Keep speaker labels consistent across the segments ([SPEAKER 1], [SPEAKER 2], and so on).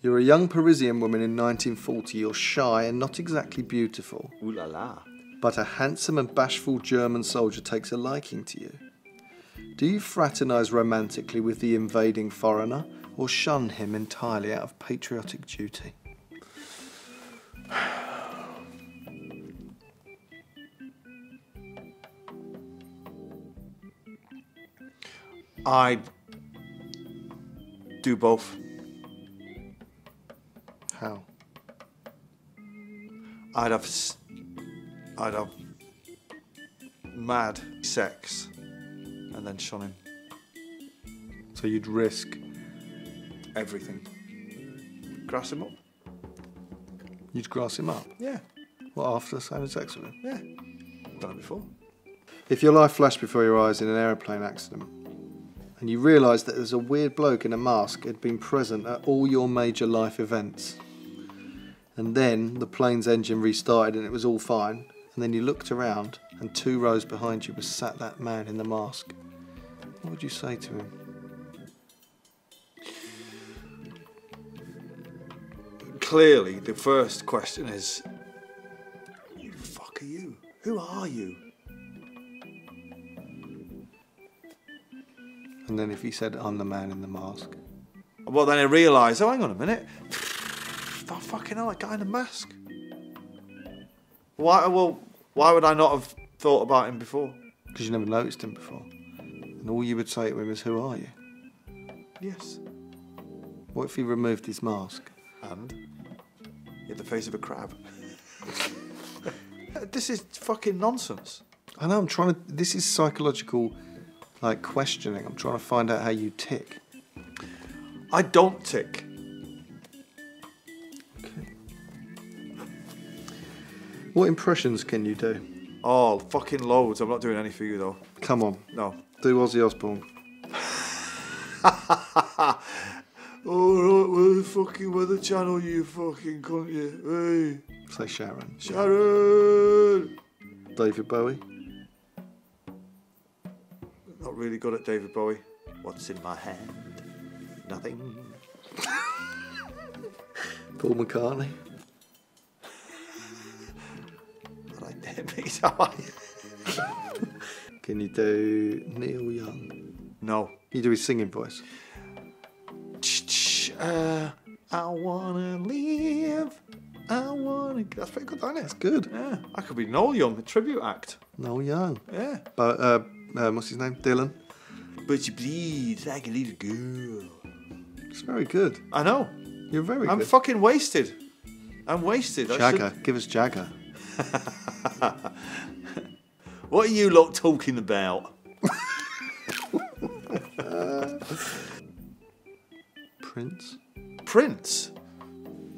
[SPEAKER 1] You're a young Parisian woman in 1940. You're shy and not exactly beautiful,
[SPEAKER 2] Ooh la la.
[SPEAKER 1] but a handsome and bashful German soldier takes a liking to you. Do you fraternise romantically with the invading foreigner or shun him entirely out of patriotic duty?
[SPEAKER 2] I do both.
[SPEAKER 1] How?
[SPEAKER 2] I'd have, s- I'd have mad sex, and then shun him.
[SPEAKER 1] So you'd risk,
[SPEAKER 2] Everything. Grass him up.
[SPEAKER 1] you'd grass him up?
[SPEAKER 2] Yeah,
[SPEAKER 1] What, after having sex with him?
[SPEAKER 2] yeah. Done it before.
[SPEAKER 1] If your life flashed before your eyes in an aeroplane accident, and you realised that there's a weird bloke in a mask had been present at all your major life events, and then the plane's engine restarted and it was all fine, and then you looked around and two rows behind you was sat that man in the mask, what would you say to him?
[SPEAKER 2] Clearly, the first question is, who the fuck are you? Who are you?
[SPEAKER 1] And then if he said, I'm the man in the mask,
[SPEAKER 2] Well, then I realised, oh, hang on a minute. That fucking hell, that guy in the mask. Why, well, why would I not have thought about him before?
[SPEAKER 1] because you never noticed him before, and all you would say to him is, Who are you?
[SPEAKER 2] Yes.
[SPEAKER 1] What if he removed his mask?
[SPEAKER 2] And? You had the face of a crab. this is fucking nonsense.
[SPEAKER 1] I know I'm trying to. This is psychological, like questioning. I'm trying to find out how you tick.
[SPEAKER 2] I don't tick.
[SPEAKER 1] What impressions can you do?
[SPEAKER 2] Oh, fucking loads. I'm not doing any for you, though.
[SPEAKER 1] Come on,
[SPEAKER 2] No.
[SPEAKER 1] do Ozzy Osbourne.
[SPEAKER 2] All right, well, the fucking Weather Channel, you fucking cunt, you. Hey,
[SPEAKER 1] Say Sharon.
[SPEAKER 2] Sharon!
[SPEAKER 1] David Bowie.
[SPEAKER 2] Not really good at David Bowie. What's in my hand? Nothing.
[SPEAKER 1] Paul McCartney.
[SPEAKER 2] All right, then, mate, how are you?
[SPEAKER 1] Can you do Neil Young? Can
[SPEAKER 2] No.
[SPEAKER 1] you do his singing voice?
[SPEAKER 2] Ch-ch, Uh, I wanna live. I wanna. That's pretty good, isn't it?
[SPEAKER 1] That's good.
[SPEAKER 2] Yeah, I could be Noel Young, a tribute act.
[SPEAKER 1] Noel Young.
[SPEAKER 2] Yeah.
[SPEAKER 1] But uh, um, what's his name? Dylan.
[SPEAKER 2] But you bleed like a little girl.
[SPEAKER 1] It's very good.
[SPEAKER 2] I know.
[SPEAKER 1] You're very
[SPEAKER 2] I'm
[SPEAKER 1] good.
[SPEAKER 2] fucking wasted. I'm wasted. I
[SPEAKER 1] Jagger. Give us Jagger.
[SPEAKER 2] should- What are you lot talking about?
[SPEAKER 1] Prince.
[SPEAKER 2] Prince?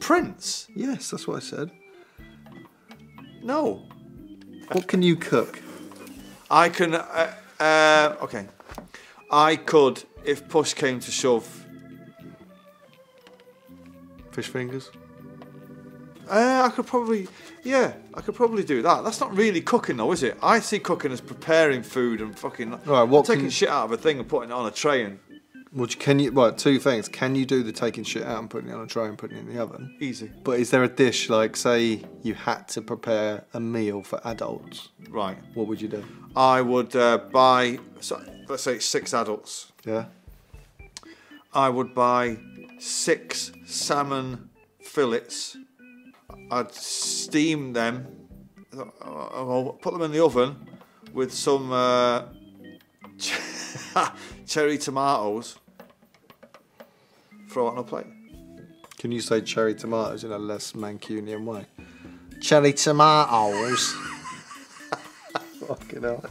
[SPEAKER 2] Prince?
[SPEAKER 1] Yes, that's what I said.
[SPEAKER 2] No.
[SPEAKER 1] What can you cook?
[SPEAKER 2] I can. Uh, uh, okay. I could, if push came to shove.
[SPEAKER 1] Fish fingers.
[SPEAKER 2] Uh, I could probably, yeah, I could probably do that. That's not really cooking though, is it? I see cooking as preparing food and fucking
[SPEAKER 1] Right, what
[SPEAKER 2] taking
[SPEAKER 1] can-
[SPEAKER 2] shit out of a thing and putting it on a tray and
[SPEAKER 1] Well, can you? Right, two things. Can you do the taking shit out and putting it on a tray and putting it in the oven?
[SPEAKER 2] easy.
[SPEAKER 1] But is there a dish like, say, you had to prepare a meal for adults?
[SPEAKER 2] Right.
[SPEAKER 1] What would you do?
[SPEAKER 2] I would uh, buy, so, let's say six adults.
[SPEAKER 1] Yeah.
[SPEAKER 2] I would buy six salmon fillets. I'd steam them. I'll put them in the oven with some uh, cherry tomatoes. Throw it on a plate.
[SPEAKER 1] Can you say cherry tomatoes in a less Mancunian way? Cherry tomatoes. Fucking hell.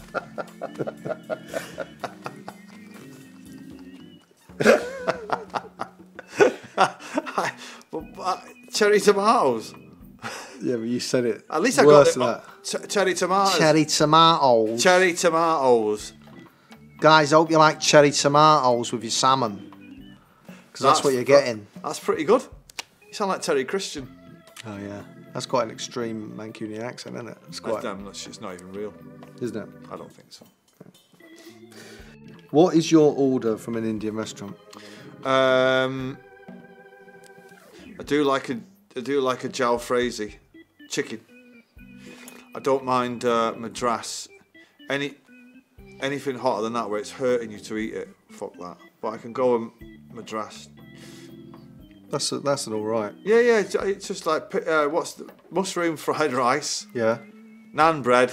[SPEAKER 2] But, but cherry tomatoes.
[SPEAKER 1] Yeah, but you said it.
[SPEAKER 2] At least I
[SPEAKER 1] worse
[SPEAKER 2] got
[SPEAKER 1] than
[SPEAKER 2] it. Ch- cherry tomatoes.
[SPEAKER 1] that. Cherry tomatoes.
[SPEAKER 2] Cherry tomatoes.
[SPEAKER 1] Guys, hope you like cherry tomatoes with your salmon. Because that's, what you're getting.
[SPEAKER 2] That's pretty good. You sound like Terry Christian.
[SPEAKER 1] Oh, yeah. That's quite an extreme Mancunian accent, isn't it? It's quite,
[SPEAKER 2] Damn, that's- it's not even real.
[SPEAKER 1] isn't it?
[SPEAKER 2] I don't think so.
[SPEAKER 1] What is your order from an Indian restaurant?
[SPEAKER 2] Um, I do like a I do like a Jow Frazee chicken. I don't mind uh, madras. Any anything hotter than that where it's hurting you to eat it. Fuck that. But I can go and madras.
[SPEAKER 1] That's a, that's an all right.
[SPEAKER 2] Yeah, yeah. It's, it's just like pi- uh, what's the mushroom fried rice,
[SPEAKER 1] Yeah,
[SPEAKER 2] naan bread,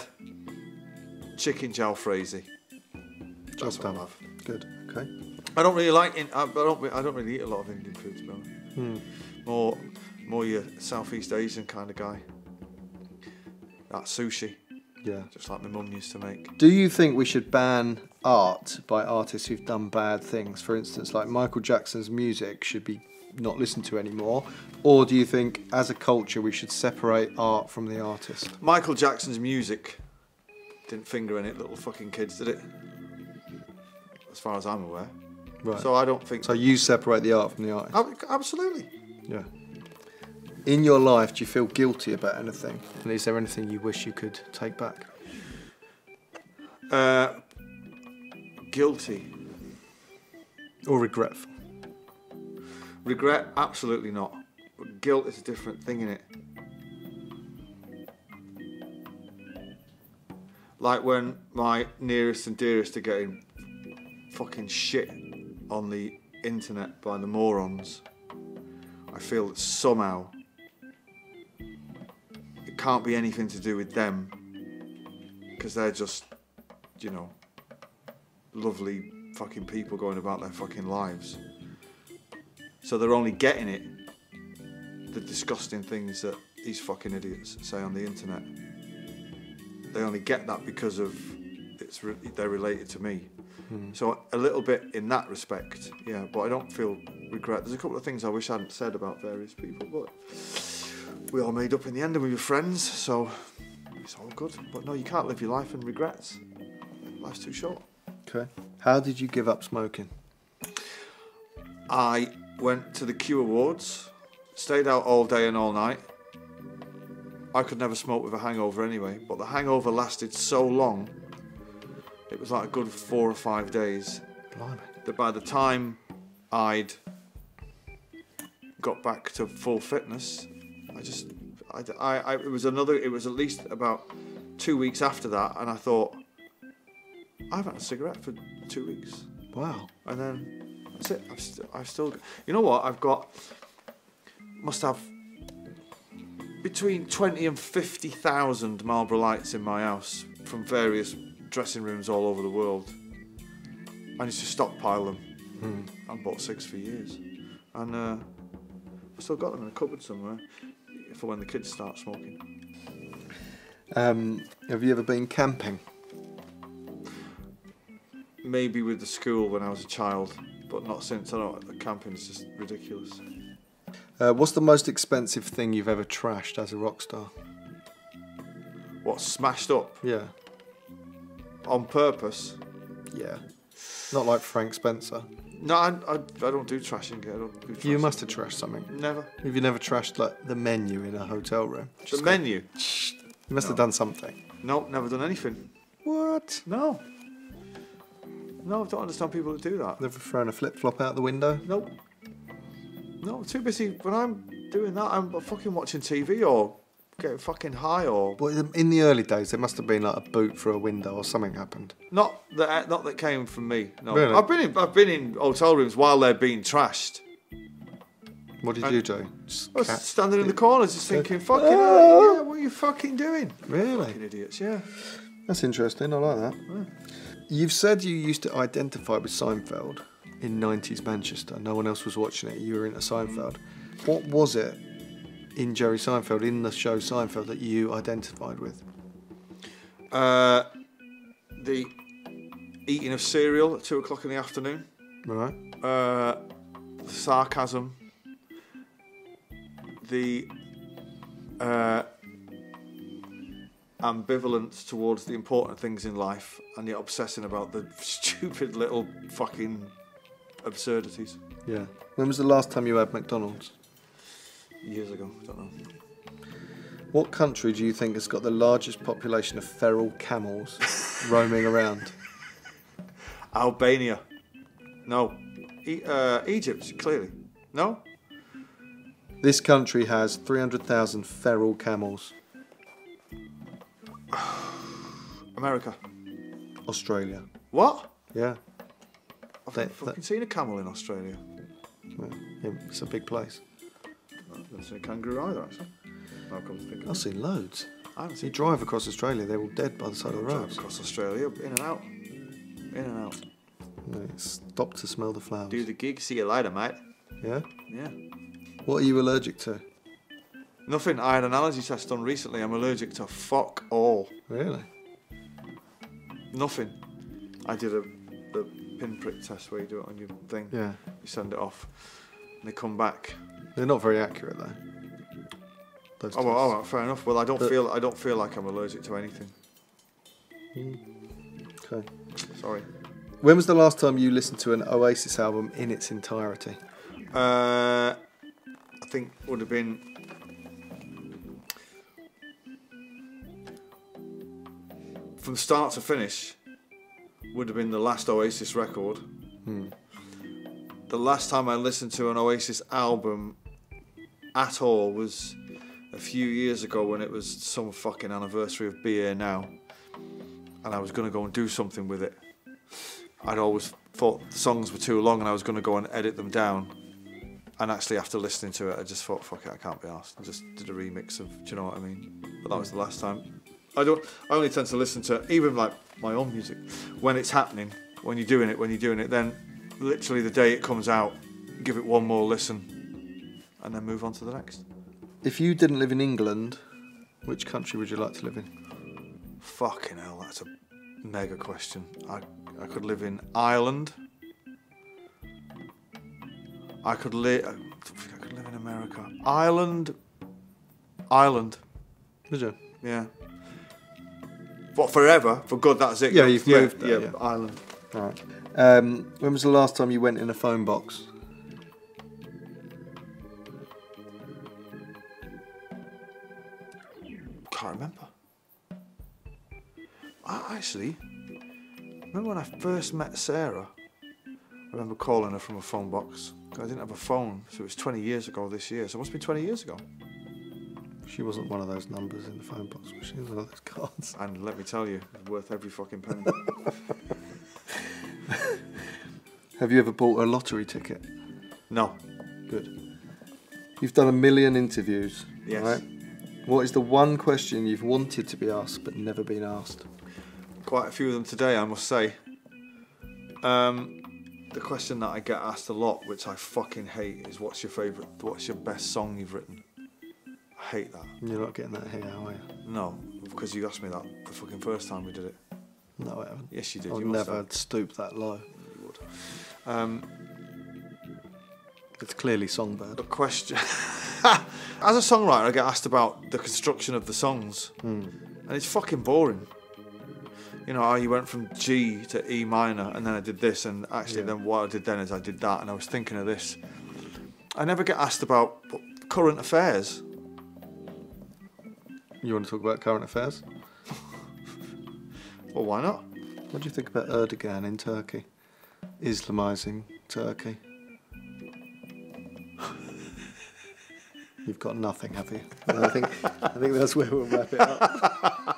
[SPEAKER 2] chicken Jow Frazee.
[SPEAKER 1] job
[SPEAKER 2] That's what I
[SPEAKER 1] done.
[SPEAKER 2] love.
[SPEAKER 1] Good. Okay.
[SPEAKER 2] I don't really like. In, I, I don't. re- I don't really eat a lot of Indian food, to be honest.
[SPEAKER 1] Hmm.
[SPEAKER 2] More, more your Southeast Asian kind of guy. That sushi,
[SPEAKER 1] Yeah.
[SPEAKER 2] just like my mum used to make.
[SPEAKER 1] Do you think we should ban art by artists who've done bad things? For instance, like Michael Jackson's music should be not listened to anymore, or do you think, as a culture, we should separate art from the artist?
[SPEAKER 2] Michael Jackson's music didn't finger in it, little fucking kids, did it? As far as I'm aware.
[SPEAKER 1] Right.
[SPEAKER 2] So I don't think.
[SPEAKER 1] So you separate the art from the artist.
[SPEAKER 2] Ab- absolutely.
[SPEAKER 1] Yeah. In your life, do you feel guilty about anything? And is there anything you wish you could take back?
[SPEAKER 2] Uh, guilty.
[SPEAKER 1] Or regretful?
[SPEAKER 2] Regret? Absolutely not. But guilt is a different thing, in it. Like when my nearest and dearest are getting fucking shit on the internet by the morons, I feel that somehow it can't be anything to do with them because they're just, you know, lovely fucking people going about their fucking lives. So they're only getting it the disgusting things that these fucking idiots say on the internet. They only get that because of it's re- they're related to me. So a little bit in that respect, yeah. But I don't feel regret. There's a couple of things I wish I hadn't said about various people, but we all made up in the end, and we were friends, so it's all good. But no, you can't live your life in regrets. Life's too short.
[SPEAKER 1] Okay. How did you give up smoking?
[SPEAKER 2] I went to the Q Awards, stayed out all day and all night. I could never smoke with a hangover anyway, but the hangover lasted so long, it was like a good four or five days,
[SPEAKER 1] Blimey.
[SPEAKER 2] that by the time I'd got back to full fitness, I just, I, I, I- it was another, it was at least about two weeks after that, and I thought, I haven't had a cigarette for two weeks
[SPEAKER 1] Wow.
[SPEAKER 2] and then that's it. I've, st- I've still, got- you know what? I've got must have between twenty and fifty thousand Marlboro lights in my house from various dressing rooms all over the world. I used to stockpile them. I bought six for years, and uh, I've still got them in a cupboard somewhere for when the kids start smoking.
[SPEAKER 1] Um, have you ever been camping?
[SPEAKER 2] Maybe with the school when I was a child, but not since. I don't. The camping is just ridiculous.
[SPEAKER 1] Uh, what's the most expensive thing you've ever trashed as a rock star?
[SPEAKER 2] What smashed up
[SPEAKER 1] Yeah.
[SPEAKER 2] on purpose?
[SPEAKER 1] Yeah. Not like Frank Spencer.
[SPEAKER 2] No, I, I, I don't do trashing. I don't do trashing.
[SPEAKER 1] You must have trashed something.
[SPEAKER 2] Never.
[SPEAKER 1] Have you never trashed like the menu in a hotel room?
[SPEAKER 2] The menu?
[SPEAKER 1] You must have
[SPEAKER 2] No.
[SPEAKER 1] done something.
[SPEAKER 2] No, never done anything.
[SPEAKER 1] What?
[SPEAKER 2] No. No, I don't understand people that do that.
[SPEAKER 1] Never thrown a flip flop out the window?
[SPEAKER 2] Nope. No, I'm too busy. When I'm doing that, I'm fucking watching TV or getting fucking high or
[SPEAKER 1] Well, in- in the early days, there must have been like a boot through a window or something happened.
[SPEAKER 2] not that not that came from me. No,
[SPEAKER 1] Really?
[SPEAKER 2] I've been in I've been in hotel rooms while they're being trashed.
[SPEAKER 1] What did
[SPEAKER 2] I-
[SPEAKER 1] you do? Just
[SPEAKER 2] I was
[SPEAKER 1] cat-
[SPEAKER 2] standing in the corners, just thinking, "Fucking,
[SPEAKER 1] Oh.
[SPEAKER 2] hell, yeah, what are you fucking doing?
[SPEAKER 1] Really?
[SPEAKER 2] Fucking idiots, yeah."
[SPEAKER 1] That's interesting. I like that. You've said you used to identify with Seinfeld in 90s Manchester. No one else was watching it. You were into Seinfeld. What was it in Jerry Seinfeld, in the show Seinfeld, that you identified with?
[SPEAKER 2] Uh, the eating of cereal at two o'clock in the afternoon,
[SPEAKER 1] Right?
[SPEAKER 2] uh, the sarcasm, the uh, ambivalence towards the important things in life, and yet obsessing about the stupid little fucking absurdities.
[SPEAKER 1] Yeah. When was the last time you had McDonald's?
[SPEAKER 2] Years ago, I don't know.
[SPEAKER 1] What country do you think has got the largest population of feral camels roaming around?
[SPEAKER 2] Albania. No. E- uh, Egypt, clearly. No?
[SPEAKER 1] This country has 300,000 feral camels.
[SPEAKER 2] America.
[SPEAKER 1] Australia.
[SPEAKER 2] What?
[SPEAKER 1] Yeah,
[SPEAKER 2] I've
[SPEAKER 1] They-
[SPEAKER 2] never fucking seen a camel in Australia.
[SPEAKER 1] Well, yeah, it's a big place.
[SPEAKER 2] I've never seen a kangaroo either, actually. Now I've come to think of
[SPEAKER 1] I've
[SPEAKER 2] it.
[SPEAKER 1] seen loads.
[SPEAKER 2] I haven't
[SPEAKER 1] You
[SPEAKER 2] seen
[SPEAKER 1] drive across Australia, they're all dead by the side of the
[SPEAKER 2] drive
[SPEAKER 1] roads.
[SPEAKER 2] across Australia, in and out. In and out.
[SPEAKER 1] Yeah, Stop to smell the flowers.
[SPEAKER 2] Do the gig, see you later, mate.
[SPEAKER 1] Yeah?
[SPEAKER 2] Yeah.
[SPEAKER 1] What are you allergic to?
[SPEAKER 2] Nothing. I had an allergy test done recently. I'm allergic to fuck all.
[SPEAKER 1] Really?
[SPEAKER 2] Nothing. I did a the pinprick test where you do it on your thing.
[SPEAKER 1] Yeah.
[SPEAKER 2] You send it off, and they come back.
[SPEAKER 1] They're not very accurate, though. Those
[SPEAKER 2] Oh well,
[SPEAKER 1] tests.
[SPEAKER 2] all right, fair enough. Well, I don't
[SPEAKER 1] But-
[SPEAKER 2] feel I don't feel like I'm allergic to anything. oh,
[SPEAKER 1] Mm. Okay.
[SPEAKER 2] Sorry.
[SPEAKER 1] When was the last time you listened to an Oasis album in its entirety?
[SPEAKER 2] Uh, I think would have been. From start to finish, would have been the last Oasis record.
[SPEAKER 1] Hmm.
[SPEAKER 2] The last time I listened to an Oasis album at all was a few years ago when it was some fucking anniversary of Be Here Now, and I was gonna go and do something with it. I'd always thought the songs were too long, and I was gonna go and edit them down. And actually, after listening to it, I just thought, "Fuck it, I can't be asked." I just did a remix of, do you know what I mean? But that was the last time. I don't. I only tend to listen to even like my own music when it's happening, when you're doing it, when you're doing it. Then, literally the day it comes out, give it one more listen, and then move on to the next.
[SPEAKER 1] If you didn't live in England, which country would you like to live in?
[SPEAKER 2] Fucking hell, that's a mega question. I I could live in Ireland. I could live. I don't think I could live in America. Ireland. Ireland.
[SPEAKER 1] Would you?
[SPEAKER 2] Yeah. But forever, for good, that's it.
[SPEAKER 1] Yeah, you've moved there, yeah.
[SPEAKER 2] Ireland.
[SPEAKER 1] Right. Um, when was the last time you went in a phone box?
[SPEAKER 2] Can't remember. I actually remember when I first met Sarah. I remember calling her from a phone box. I didn't have a phone, so it was 20 years ago this year. So it must have been 20 years ago.
[SPEAKER 1] She wasn't one of those numbers in the phone box, was she? One of those cards.
[SPEAKER 2] And let me tell you, it's worth every fucking penny.
[SPEAKER 1] Have you ever bought a lottery ticket?
[SPEAKER 2] no.
[SPEAKER 1] Good. You've done a million interviews.
[SPEAKER 2] Yes.
[SPEAKER 1] What is the one question you've wanted to be asked but never been asked?
[SPEAKER 2] quite a few of them today, I must say. Um, the question that I get asked a lot, which I fucking hate, is what's your favourite, what's your best song you've written? I hate that.
[SPEAKER 1] And You're not getting that here, are you?
[SPEAKER 2] No, because you asked me that the fucking first time we did it.
[SPEAKER 1] No, I haven't.
[SPEAKER 2] Yes, you did.
[SPEAKER 1] I'll
[SPEAKER 2] you must
[SPEAKER 1] never
[SPEAKER 2] have.
[SPEAKER 1] stoop that low.
[SPEAKER 2] You would. Um,
[SPEAKER 1] It's clearly Songbird.
[SPEAKER 2] a question. As a songwriter, I get asked about the construction of the songs, and it's fucking boring. You know, how you went from G to E minor, and then I did this, and actually,
[SPEAKER 1] Yeah.
[SPEAKER 2] then what I did then is I did that, and I was thinking of this. I never get asked about current affairs.
[SPEAKER 1] You want to talk about current affairs?
[SPEAKER 2] Well, why not?
[SPEAKER 1] What do you think about Erdogan in Turkey? Islamising Turkey? You've got nothing, have you? I think I think that's where we'll wrap it up.